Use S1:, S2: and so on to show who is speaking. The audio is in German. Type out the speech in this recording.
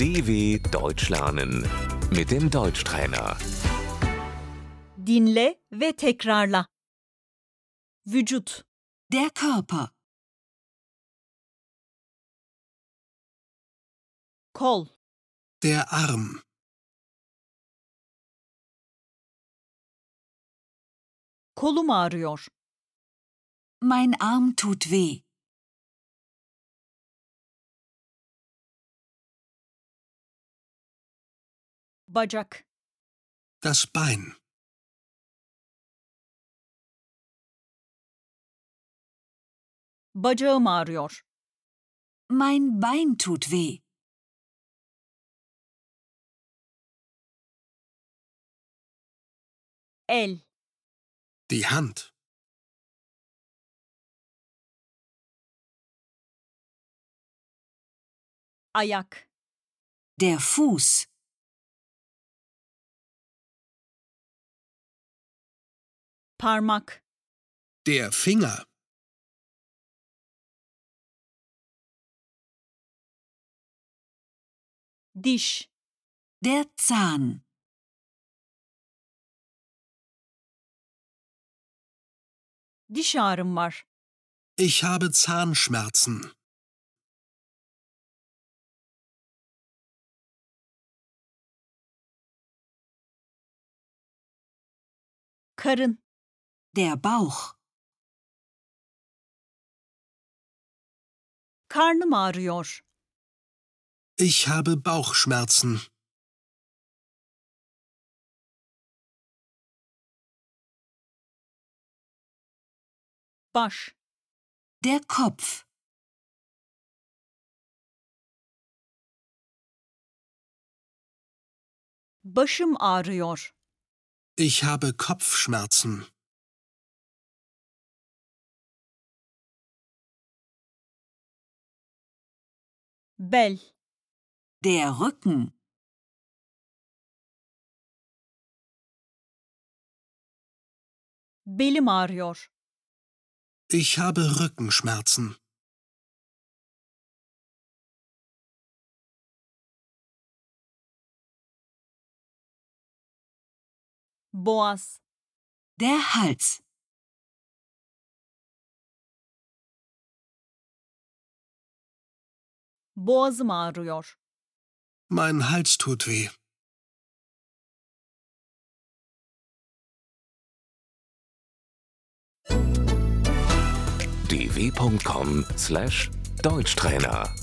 S1: DW Deutsch lernen mit dem Deutschtrainer.
S2: Dinle ve tekrarla. Vücut,
S3: Der Körper,
S2: kol,
S4: Der Arm.
S2: kolum ağrıyor.
S3: mein Arm tut weh,
S2: Bacak,
S4: Das Bein.
S2: bacağım ağrıyor.
S3: mein Bein tut weh,
S2: El,
S4: Die Hand.
S2: ayak,
S3: der Fuß,
S2: parmak,
S4: Der Finger.
S2: diş,
S3: der Zahn,
S2: diş ağrım var.
S4: Ich habe Zahnschmerzen.
S2: Karın,
S3: der Bauch,
S2: karnım ağrıyor.
S4: Ich habe Bauchschmerzen.
S2: Baş,
S3: der Kopf,
S2: başım ağrıyor.
S4: Ich habe Kopfschmerzen.
S2: Bel,
S3: der Rücken,
S2: belim ağrıyor.
S4: Ich habe Rückenschmerzen.
S2: Boğaz,
S3: der Hals,
S2: boğazım ağrıyor.
S4: Mein Hals tut weh.
S1: dw.com/deutschtrainer